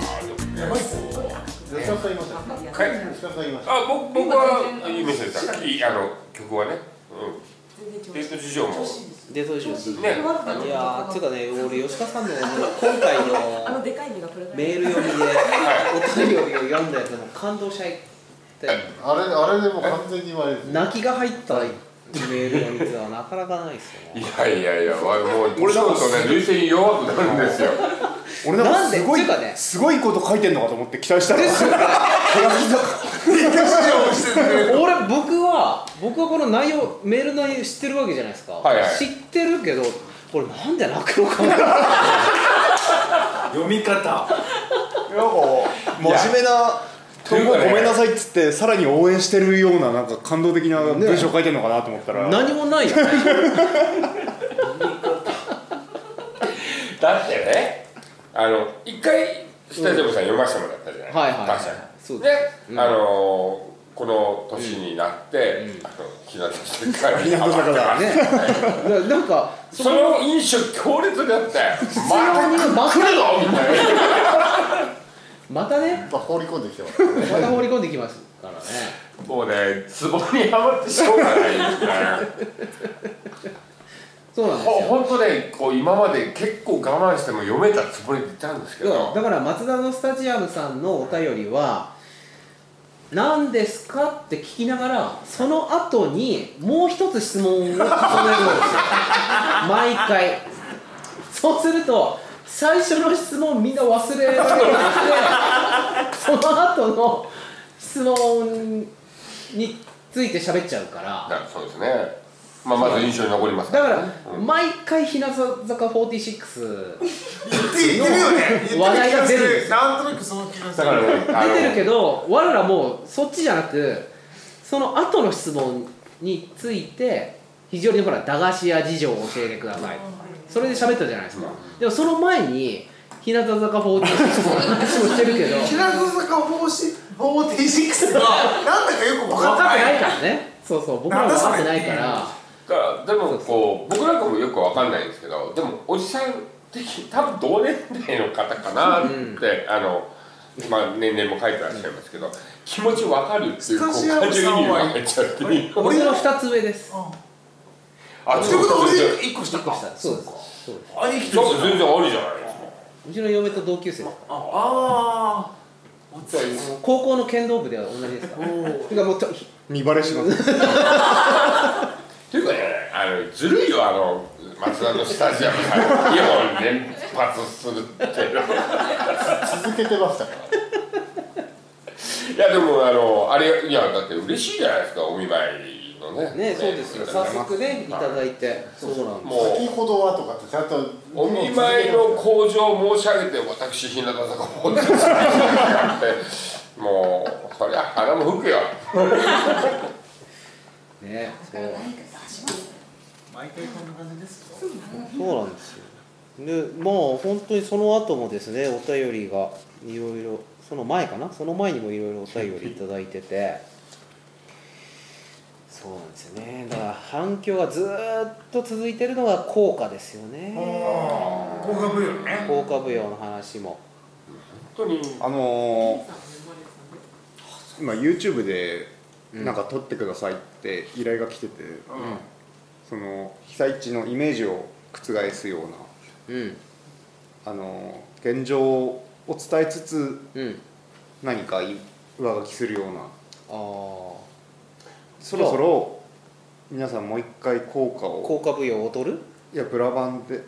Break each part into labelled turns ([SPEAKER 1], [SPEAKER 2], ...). [SPEAKER 1] マイス吉田さんいました
[SPEAKER 2] はい
[SPEAKER 1] 吉田さんいました
[SPEAKER 2] あ僕僕はいい店でしたいいあの曲はね、うん、デート事情も
[SPEAKER 3] デートでしょ
[SPEAKER 2] ね
[SPEAKER 3] いやーていうかね俺吉田さんの今回
[SPEAKER 4] あの
[SPEAKER 3] の
[SPEAKER 4] でかい目がこれだ
[SPEAKER 3] メ
[SPEAKER 4] け。
[SPEAKER 3] ール読みでお便りを読んだやつも感動しちゃって
[SPEAKER 1] あれあれでもう完全に今あれです
[SPEAKER 3] 泣きが入ったメール読みっていうのはなかなかないですよ
[SPEAKER 2] い
[SPEAKER 3] ね
[SPEAKER 2] やいやいやわもう年取るとね涙腺弱くなるんですよ
[SPEAKER 5] 俺なんかすごい
[SPEAKER 3] なんでっていうかね
[SPEAKER 5] すごいこと書いてんのかと思って期待したら
[SPEAKER 3] ですよね俺僕は僕はこの内容メールの内容知ってるわけじゃないですか、
[SPEAKER 2] はいはい
[SPEAKER 3] 知ってるけどこれなんで泣くのかな
[SPEAKER 6] 読み方
[SPEAKER 5] なんか真面目な
[SPEAKER 2] というかね
[SPEAKER 5] ごめんなさいっつってさらに応援してるようななんか感動的な文章書いてんのかなと思ったら、
[SPEAKER 3] 何もないよね
[SPEAKER 2] だってねあの一回スタジオさん読ませてもらったじゃない、
[SPEAKER 3] はいはい
[SPEAKER 2] 確かに
[SPEAKER 3] そう
[SPEAKER 2] ね
[SPEAKER 3] で、
[SPEAKER 2] あのーこの年になって、あの日向坂に
[SPEAKER 5] 日向坂だ
[SPEAKER 2] ね
[SPEAKER 3] ななんか
[SPEAKER 2] その印象強烈だったよまた
[SPEAKER 3] ま
[SPEAKER 2] 来るのみたいな
[SPEAKER 3] またね
[SPEAKER 1] やっぱ放り込んできてますね
[SPEAKER 3] また放り込んできますからね
[SPEAKER 2] もうねツボにはまってしょうがないみたいな
[SPEAKER 3] そうなんですよ
[SPEAKER 2] ほんとねこう今まで結構我慢しても読めたつもりでいたんですけ
[SPEAKER 3] いや
[SPEAKER 2] ど
[SPEAKER 3] だから松田のスタジアムさんのお便りは「何ですか?」って聞きながらその後にもう一つ質問を重ねるん ですよ毎回そうすると最初の質問みんな忘れるようになってその後の質問について喋っちゃうから
[SPEAKER 2] だからそうですね、まあ、まず印象に残ります
[SPEAKER 3] だか
[SPEAKER 2] ね
[SPEAKER 3] ら毎回日向坂46
[SPEAKER 7] 言ってるよね言ってる
[SPEAKER 3] 話題が出るんですよ
[SPEAKER 7] なんとなくその気がす
[SPEAKER 2] だ
[SPEAKER 7] る
[SPEAKER 2] からねあの
[SPEAKER 3] 出てるけど我らもうそっちじゃなくその後の質問について非常にほら駄菓子屋事情を教えてくださいそれで喋ったじゃないですか、でもその前に日向坂46の話もしてるけど
[SPEAKER 7] 日向坂46がなんだかよく分か
[SPEAKER 3] 分
[SPEAKER 7] っ
[SPEAKER 3] かって
[SPEAKER 7] て
[SPEAKER 3] な
[SPEAKER 7] ないい
[SPEAKER 3] からねそうそう僕らも分かってないか
[SPEAKER 2] だ
[SPEAKER 3] ら
[SPEAKER 2] からでもこう僕なんかもよくわかんないんですけどでもおじさん的多分同年代の方かなって、あのまあ年齢も書いてらっしゃいますけど、気持ちわかるっていうこう
[SPEAKER 7] スタジアム
[SPEAKER 2] 感情移
[SPEAKER 7] さん
[SPEAKER 2] 入が
[SPEAKER 7] は
[SPEAKER 2] 入っちゃって
[SPEAKER 3] 僕の2つ上です
[SPEAKER 2] あ
[SPEAKER 7] ということは俺
[SPEAKER 2] 全然
[SPEAKER 7] で一個したか
[SPEAKER 3] そうですそうです
[SPEAKER 7] 兄貴
[SPEAKER 2] そ
[SPEAKER 7] と
[SPEAKER 2] う全然あるじゃないですか
[SPEAKER 3] うちの嫁と同級生です
[SPEAKER 7] ああ
[SPEAKER 3] 高校の剣道部では同じですからてかもうと
[SPEAKER 5] 見バレします
[SPEAKER 2] っていうかねあのずるいよあの松田のスタジアムさん2本連発するっていう
[SPEAKER 1] 続けてましたから
[SPEAKER 2] いやでもあのあれいやだって嬉しいじゃないですかお見舞いのね
[SPEAKER 3] ねそうですよ早速ねいただいてそうなんです
[SPEAKER 2] もう
[SPEAKER 1] 先ほどはとかってちゃんと
[SPEAKER 2] お見舞いの向上を申し上げて私日向坂46ですってもうそりゃ鼻も吹くよ
[SPEAKER 3] ねそう
[SPEAKER 7] 毎回こんな感じですよ
[SPEAKER 3] そうなんですよでまあ本当にその後もですねお便りがいろいろその前かなその前にもいろいろお便りいただいててそうなんですよねだから反響がずーっと続いてるのが効果ですよね
[SPEAKER 7] 効果舞踊ね
[SPEAKER 3] 効果舞踊の話も
[SPEAKER 2] 本当に
[SPEAKER 5] あのー、今 YouTube でなんか撮ってくださいって依頼が来てて、その被災地のイメージを覆すような
[SPEAKER 3] うん
[SPEAKER 5] あのー現状を伝えつつ
[SPEAKER 3] うん
[SPEAKER 5] 何かい上書きするような
[SPEAKER 3] ああ効
[SPEAKER 5] そろそろ皆さんもう一回効果を
[SPEAKER 3] 果舞踊を踊る
[SPEAKER 5] いやブラバンで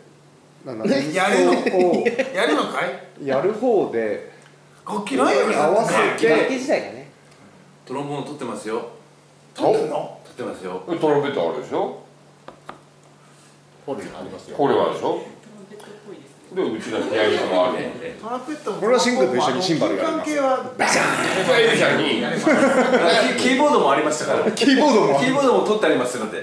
[SPEAKER 5] なんだ
[SPEAKER 7] やるの
[SPEAKER 5] 演奏を
[SPEAKER 7] やるのかい
[SPEAKER 5] やる方で
[SPEAKER 7] 楽器ないよね
[SPEAKER 5] 合わ せ
[SPEAKER 3] 楽器
[SPEAKER 5] て
[SPEAKER 3] 自体がね
[SPEAKER 6] トロンボーン取ってますよ
[SPEAKER 7] 撮ってんの
[SPEAKER 6] 取ってますよ
[SPEAKER 2] トランペットあるでしょ
[SPEAKER 1] ホルありますよ
[SPEAKER 2] これはあるでしょでうちの部屋にもある
[SPEAKER 7] トランペットも
[SPEAKER 5] これはシンクと一緒にシンバルやります
[SPEAKER 7] 金関係は
[SPEAKER 2] 僕はエリちゃんに
[SPEAKER 6] キキーボードもありましたからキ
[SPEAKER 5] キーボードも
[SPEAKER 6] ーボードも取ってありますので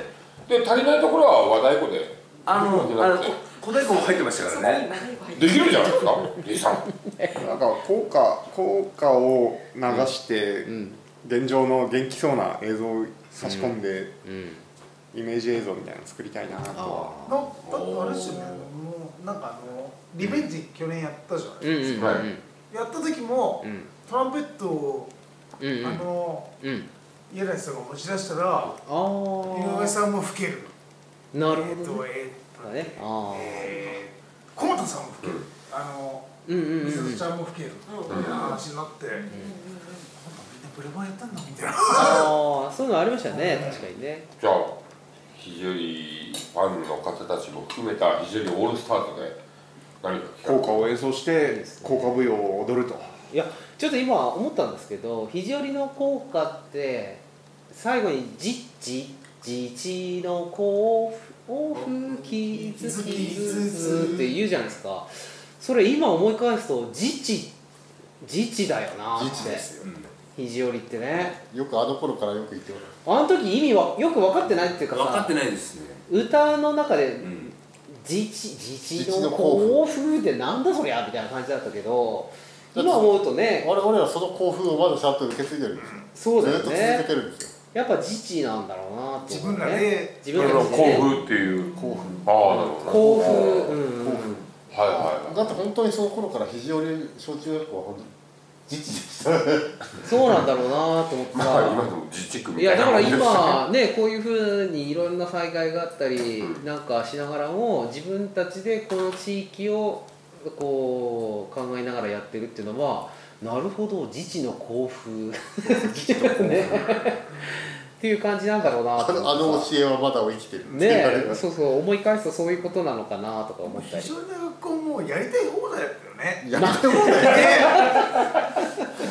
[SPEAKER 2] で足りないところは和太鼓で
[SPEAKER 6] あのあのこ小太鼓も入ってましたからね
[SPEAKER 2] できるじゃないですかじいさん
[SPEAKER 5] なんか効果効果を流して、現状の元気そうな映像を差し込んで、
[SPEAKER 3] うん
[SPEAKER 5] イメージ映像みたいなの作りたいなとは
[SPEAKER 7] なだってあれっすよねもうなんかあのリベンジ去年やったじゃない
[SPEAKER 3] うんうんうん、
[SPEAKER 2] はい
[SPEAKER 3] うん
[SPEAKER 7] やった時もの
[SPEAKER 3] うん
[SPEAKER 7] トランペットを、
[SPEAKER 3] うんう
[SPEAKER 7] あ
[SPEAKER 3] ん
[SPEAKER 7] の
[SPEAKER 3] うん
[SPEAKER 7] 嫌な人が持ち出したら
[SPEAKER 3] あー
[SPEAKER 7] 井上さんも老ける
[SPEAKER 3] なる
[SPEAKER 7] えーっ
[SPEAKER 3] ほど
[SPEAKER 7] と
[SPEAKER 3] ね
[SPEAKER 7] えーっと
[SPEAKER 3] だねあー
[SPEAKER 7] えーコウタさんも老ける、あの
[SPEAKER 3] うんうんうん
[SPEAKER 7] 水戸ちゃんも老けるみたいな話になって、なんかみんなブレバンやったんだみたいな
[SPEAKER 3] ああそういうのありましたね確かにね
[SPEAKER 2] じゃあ非常にファンの方たちも含めた非常にオールスタートで何か
[SPEAKER 5] 効
[SPEAKER 2] 企
[SPEAKER 5] 果を演奏して効果舞踊を踊ると
[SPEAKER 3] いやちょっと今思ったんですけど肘折の効果って最後に「じじじちのこうをふきずきずず」って言うじゃないですかそれ今思い返すと「じち」「じち」だよなって
[SPEAKER 1] 自治ですよ、
[SPEAKER 3] 肘折ってね
[SPEAKER 1] よくあの頃からよく言っておる
[SPEAKER 3] あの時意味はよく分かってないっていうか
[SPEAKER 6] 分かっ
[SPEAKER 3] さ
[SPEAKER 6] てないですね
[SPEAKER 3] 歌の中で
[SPEAKER 6] うん
[SPEAKER 3] 自治自
[SPEAKER 1] 自
[SPEAKER 3] 治
[SPEAKER 1] 治
[SPEAKER 3] の
[SPEAKER 1] の
[SPEAKER 3] 興
[SPEAKER 1] 興
[SPEAKER 3] 奮ってなんだそりゃみたいな感じだったけど
[SPEAKER 1] だって
[SPEAKER 3] 今思うとね
[SPEAKER 1] 我々はその興奮をまだちゃんと受け継いでるんですよ
[SPEAKER 3] そうだよ
[SPEAKER 1] ずっと続け
[SPEAKER 3] ね
[SPEAKER 1] てるんですよ
[SPEAKER 3] やっぱ自治なんだろうなって
[SPEAKER 7] 自
[SPEAKER 3] 思う
[SPEAKER 7] 分らで、
[SPEAKER 3] ね自
[SPEAKER 2] 画
[SPEAKER 3] ら
[SPEAKER 2] それの興奮っていう興奮ああなるほ
[SPEAKER 3] 興
[SPEAKER 2] ど
[SPEAKER 3] 奮うん
[SPEAKER 2] はいはい
[SPEAKER 1] だって本当にその頃から肘折小中学校は本当に自治でした
[SPEAKER 3] そうなんだろうなと思って
[SPEAKER 2] まあ今で
[SPEAKER 3] さ
[SPEAKER 2] も自治区
[SPEAKER 3] い
[SPEAKER 2] みた
[SPEAKER 3] や
[SPEAKER 2] いな
[SPEAKER 3] だから
[SPEAKER 2] もんですね
[SPEAKER 3] 今ねこういうふうにいろんな災害があったりなんかしながらも自分たちでこの地域をこう考えながらやってるっていうのはなるほど自治の興奮 ねっていう感じなんだろうな
[SPEAKER 1] あ
[SPEAKER 3] と思って
[SPEAKER 1] の
[SPEAKER 3] さ
[SPEAKER 1] あの教えはまだ生きてるって
[SPEAKER 3] ね
[SPEAKER 1] 言われ
[SPEAKER 3] え
[SPEAKER 1] ます
[SPEAKER 3] そうそう思い返すとそういうことなのかなとか
[SPEAKER 7] も
[SPEAKER 3] 思
[SPEAKER 7] う
[SPEAKER 3] ったり
[SPEAKER 7] 非常に学校もやりたい放題だったよね
[SPEAKER 1] やめて もない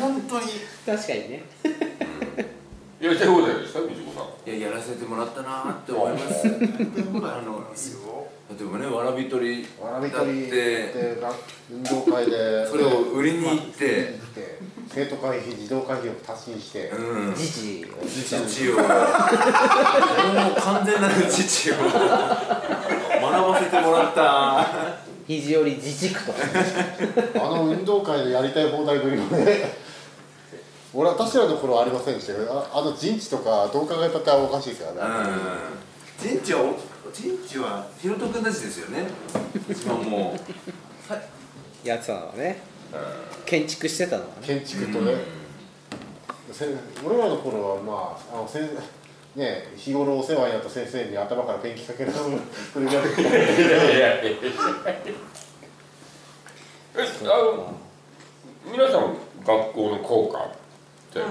[SPEAKER 7] 本当に
[SPEAKER 3] 確かにね
[SPEAKER 2] いや手応えでしたみちこさん
[SPEAKER 6] いややらせてもらったなーって思いますだ
[SPEAKER 7] やりたい放題だと思いますよ
[SPEAKER 6] ってもねわらび取り
[SPEAKER 1] わらび取りってな運動会で
[SPEAKER 6] それを売りに行って
[SPEAKER 1] 生徒会費児童会費を足しにして
[SPEAKER 6] うん
[SPEAKER 3] 自治を
[SPEAKER 6] 父をもう完全なる父を学ばせてもらった
[SPEAKER 3] 肘より自治区と
[SPEAKER 1] あの運動会のやりたい放題ぶりもね 俺私らの頃はありませんでしたけどああの陣地とかどう考えたっておかしいですからね、
[SPEAKER 6] うん陣地は陣地はひろと君たちですよね一番もう
[SPEAKER 3] やってたのはね建築してたのはね
[SPEAKER 1] 建築とね、せ俺らの頃はまああのせんね日頃お世話になった先生に頭からペンキかけられる それぐらい
[SPEAKER 2] いやいやいやえあの皆さん学校の校歌って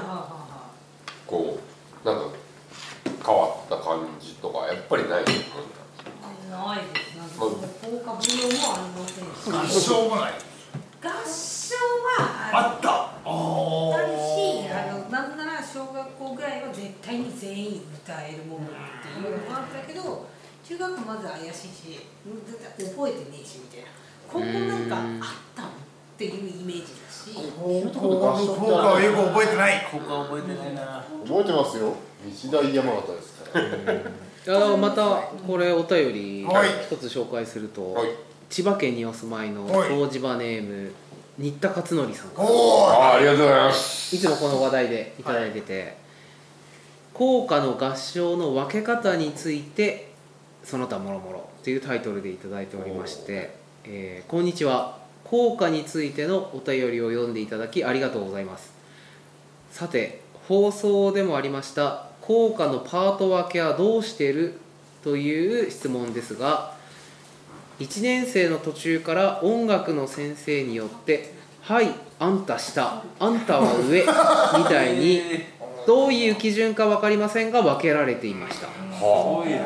[SPEAKER 2] こうなんか変わった感じとかやっぱりないもん
[SPEAKER 4] ないです。なんか、効果分用もありませんし。
[SPEAKER 7] 合唱もない
[SPEAKER 4] 合唱は、あ
[SPEAKER 7] あったあ
[SPEAKER 4] の、
[SPEAKER 7] あ
[SPEAKER 4] あるし、あの、なんなら小学校ぐらいは絶対に全員歌えるものっていうのもあったけど、中学まず怪しいし、絶対覚えてねえしみたいな。高校なんかあったのっていうイメージだし、
[SPEAKER 1] 高校
[SPEAKER 7] 効
[SPEAKER 1] の
[SPEAKER 7] 果
[SPEAKER 1] 合唱って
[SPEAKER 7] はよく覚えてない
[SPEAKER 6] ここは覚えてないな
[SPEAKER 1] 覚えてますよ日大山形ですから
[SPEAKER 3] あーまたこれお便り
[SPEAKER 7] はい
[SPEAKER 3] 一つ紹介すると、
[SPEAKER 2] はい
[SPEAKER 3] 千葉県にお住まいの
[SPEAKER 7] はい
[SPEAKER 3] 東芝ネーム新田勝則さんから
[SPEAKER 7] おお
[SPEAKER 2] あありがとうございます
[SPEAKER 3] いつもこの話題でいただいてて、効果の合唱の分け方についてその他もろもろというタイトルでいただいておりまして、えーこんにちは効果についてのお便りを読んでいただきありがとうございますさて放送でもありました効果のパート分けはどうしてるという質問ですが1年生の途中から音楽の先生によって「はいあんた下あんたは上」みたいにどういう基準か分かりませんが分けられていました
[SPEAKER 6] すごいな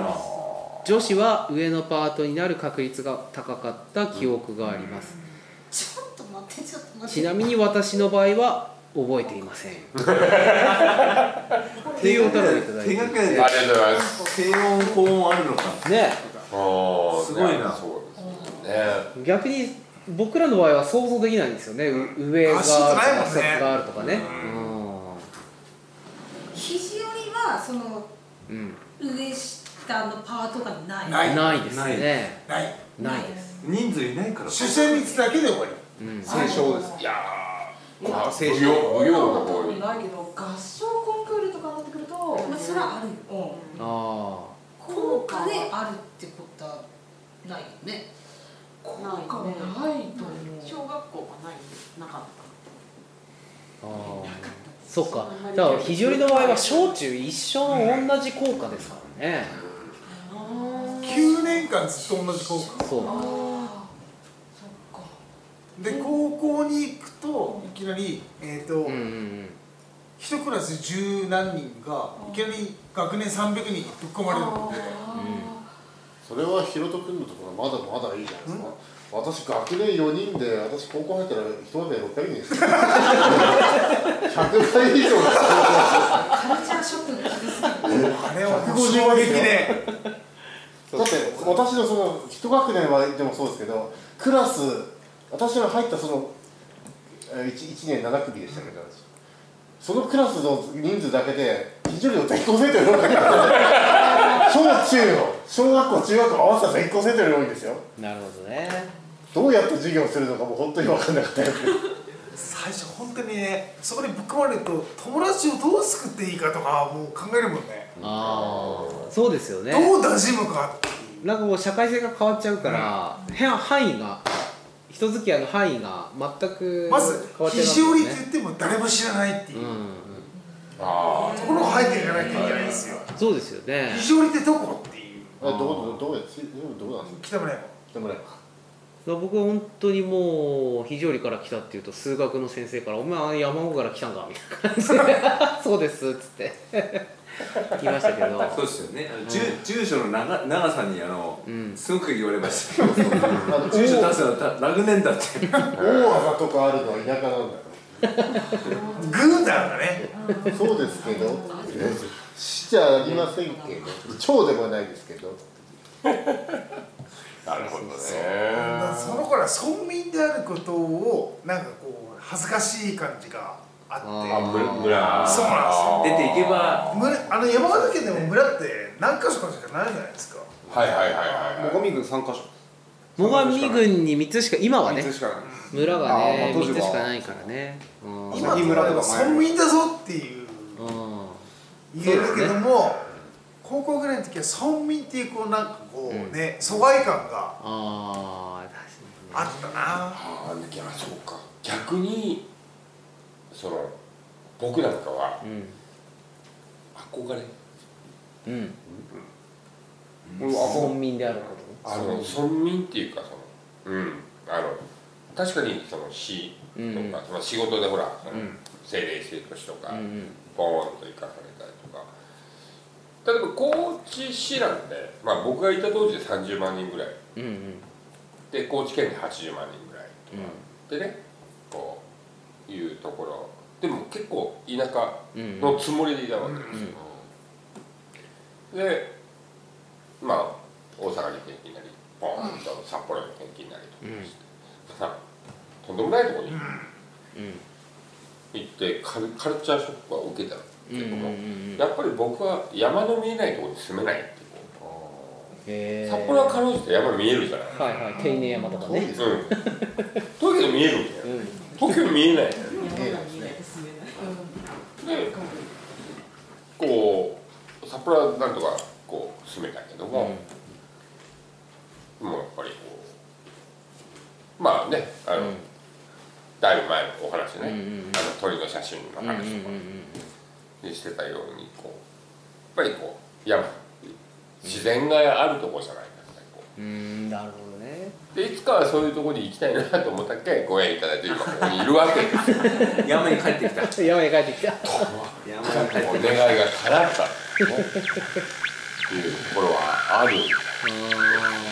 [SPEAKER 3] 女子は上のパートになる確率が高かった記憶があります
[SPEAKER 4] ちょっと待って、ちょっと待
[SPEAKER 3] ち
[SPEAKER 4] って。
[SPEAKER 3] なみに私の場合は覚えていませんっていうお便りをいただい
[SPEAKER 6] 手
[SPEAKER 3] て
[SPEAKER 6] が
[SPEAKER 3] ね
[SPEAKER 6] け
[SPEAKER 2] あり
[SPEAKER 6] で
[SPEAKER 2] がとうございます
[SPEAKER 6] 低音高音あるのか
[SPEAKER 2] ああ
[SPEAKER 6] すごいな
[SPEAKER 2] そうですね
[SPEAKER 3] 逆に僕らの場合は想像できないんですよね、う上が
[SPEAKER 7] 足とないもんね
[SPEAKER 3] 下があるとかね
[SPEAKER 4] 肘折りは、その、
[SPEAKER 3] うん、うん
[SPEAKER 4] 上下のパートがない。
[SPEAKER 7] ない
[SPEAKER 3] ないですね
[SPEAKER 7] ない
[SPEAKER 3] ないです、
[SPEAKER 6] 人数いないから
[SPEAKER 7] 主旋律だけで終わり
[SPEAKER 3] うん、
[SPEAKER 5] 斉唱です
[SPEAKER 2] いやーまあ
[SPEAKER 5] 青
[SPEAKER 2] 奉
[SPEAKER 5] 春
[SPEAKER 2] 行奉行の方に
[SPEAKER 4] ないけど合唱コンクールとかになってくると、まあ、それはあるよ、
[SPEAKER 3] あ
[SPEAKER 4] 効果であるってことはないよね効果はないと思う
[SPEAKER 8] 小学校がないなかっ
[SPEAKER 3] そっかだから肘折の場合は小中一緒の同じ効果ですからね、
[SPEAKER 7] 9年間ずっと同じ高校
[SPEAKER 3] そう
[SPEAKER 7] で高校に行くといきなりえっ、と、
[SPEAKER 3] うんうんうん
[SPEAKER 7] 一クラス十何人がいきなり学年300人にぶっ込まれるので
[SPEAKER 1] それはひろと君のところまだまだいいじゃないですか、私学年4人で私高校入ったら一晩で600人ですよ100倍以上の
[SPEAKER 4] カルチャーショックが厳しすぎる
[SPEAKER 7] あれは衝撃で
[SPEAKER 1] だって私のその一学年はでもそうですけどクラス私が入ったその 1, 一年7組でしたけど、そのクラスの人数だけで非常に全校生徒より多かったんですよ小中小学校中学校合わせたら全校生徒より多いんですよ
[SPEAKER 3] なるほどね
[SPEAKER 1] どうやって授業をするのかもう本当に分かんなかったです
[SPEAKER 7] 最初本当にねそこにぶっ込まれると友達をどう救っていいかとかもう考えるもんね
[SPEAKER 3] ああそうですよね
[SPEAKER 7] どう馴染むかって
[SPEAKER 3] なんかもう社会性が変わっちゃうから、変範囲が人付き合いの範囲が全く
[SPEAKER 7] まず
[SPEAKER 3] 変わっちゃいます
[SPEAKER 7] 肘
[SPEAKER 3] よ
[SPEAKER 7] 折
[SPEAKER 3] ね
[SPEAKER 7] って言っても誰も知らないっていうう、
[SPEAKER 3] んうん
[SPEAKER 2] あ
[SPEAKER 7] ところを入っていかなきゃいけないんですよ
[SPEAKER 3] そうですよね
[SPEAKER 7] 肘折ってどこっていう
[SPEAKER 1] どうどうどうやってどうなんですか
[SPEAKER 7] 北村山
[SPEAKER 1] でもね
[SPEAKER 3] 僕は本当にもう非常理から来たっていうと数学の先生から「お前山奥から来たんか」みたいな感じで「そうです」っつって来ましたけど
[SPEAKER 6] そうですよね。あの住住所の長長さにあの
[SPEAKER 3] うん
[SPEAKER 6] すごく言われま した。
[SPEAKER 1] あの
[SPEAKER 6] 住所出すのはラグネンだって。
[SPEAKER 1] 大技とかあるのは田舎なんだよ
[SPEAKER 7] グータンだね
[SPEAKER 1] そうですけど、死じゃありませんけど、超でもないですけど、
[SPEAKER 2] あなるほどね
[SPEAKER 7] その頃は村民であることをなんかこう恥ずかしい感じがあ
[SPEAKER 2] あ
[SPEAKER 3] あ
[SPEAKER 7] っ
[SPEAKER 2] 村村
[SPEAKER 7] そうなん
[SPEAKER 6] 出ていけば
[SPEAKER 7] て村あの山形県でも村って何箇所かしかないじゃないですか
[SPEAKER 2] はいはいはいはい
[SPEAKER 5] 最上郡3か所
[SPEAKER 3] 最上郡に3つしか今はね
[SPEAKER 5] 3つしかない
[SPEAKER 3] 村が
[SPEAKER 5] あ
[SPEAKER 3] ね
[SPEAKER 5] ーまあ当時
[SPEAKER 3] 3
[SPEAKER 5] は
[SPEAKER 3] つしかないからねうん
[SPEAKER 5] 今村とか前
[SPEAKER 7] 村民だぞっていう
[SPEAKER 3] うん
[SPEAKER 7] 言えるけども、高校ぐらいの時は村民っていうこうなんかこうね、疎外感が
[SPEAKER 3] ああ確かにね
[SPEAKER 7] あったな
[SPEAKER 2] あーいやそうか逆にその僕なんかは憧れ
[SPEAKER 3] うんうん
[SPEAKER 5] 俺は
[SPEAKER 3] 村民であること
[SPEAKER 2] あの村民っていうかそのうんあの確かにその市と
[SPEAKER 3] うんうん
[SPEAKER 2] か、その仕事でほら、その
[SPEAKER 3] うん
[SPEAKER 2] 政令指定都市とか、
[SPEAKER 3] うんうん
[SPEAKER 2] ボーンと行かされたりとか例えば高知市なんで、まあ、僕がいた当時で30万人ぐらい
[SPEAKER 3] うんうん
[SPEAKER 2] で高知県で80万人ぐらい
[SPEAKER 3] うん
[SPEAKER 2] でねこういうところでも結構田舎
[SPEAKER 3] うん
[SPEAKER 2] のつもりでいたわけですよ、でまあ大阪に転勤なりポーンと札幌に転勤なりとかして、まあとんでもないところに
[SPEAKER 3] うん
[SPEAKER 2] 行ってカルカルチャーショックは受けたけども、
[SPEAKER 3] うんうんうんうん
[SPEAKER 2] やっぱり僕は山の見えないところに住めないってこう
[SPEAKER 3] へー
[SPEAKER 2] 札幌はかろうじて山見えるじゃない、
[SPEAKER 3] はいはい手稲山とか
[SPEAKER 1] 遠い
[SPEAKER 3] ね
[SPEAKER 1] です
[SPEAKER 2] うん 東京見えるんだよ
[SPEAKER 3] うん
[SPEAKER 2] 東京見えないでこう札幌はなんとかこう住めたけども、もうやっぱりこうまあねあの、だいぶ前のお話ね、
[SPEAKER 3] うんうんうん
[SPEAKER 2] あの鳥の写真の
[SPEAKER 3] うんうんうん
[SPEAKER 2] 話とかにしてたようにこうやっぱりこう山自然があるとこじゃないかみたいなこ
[SPEAKER 3] うんうんなるほどね
[SPEAKER 2] うでいつかはそういうとこに行きたいなと思ったっけご縁いただいて今ここにいるわけですよ
[SPEAKER 6] 山に帰ってきた。
[SPEAKER 3] 山に帰ってきた
[SPEAKER 6] 山に帰
[SPEAKER 2] お
[SPEAKER 6] ってき
[SPEAKER 2] 願いが叶ったっていうところはある
[SPEAKER 3] うん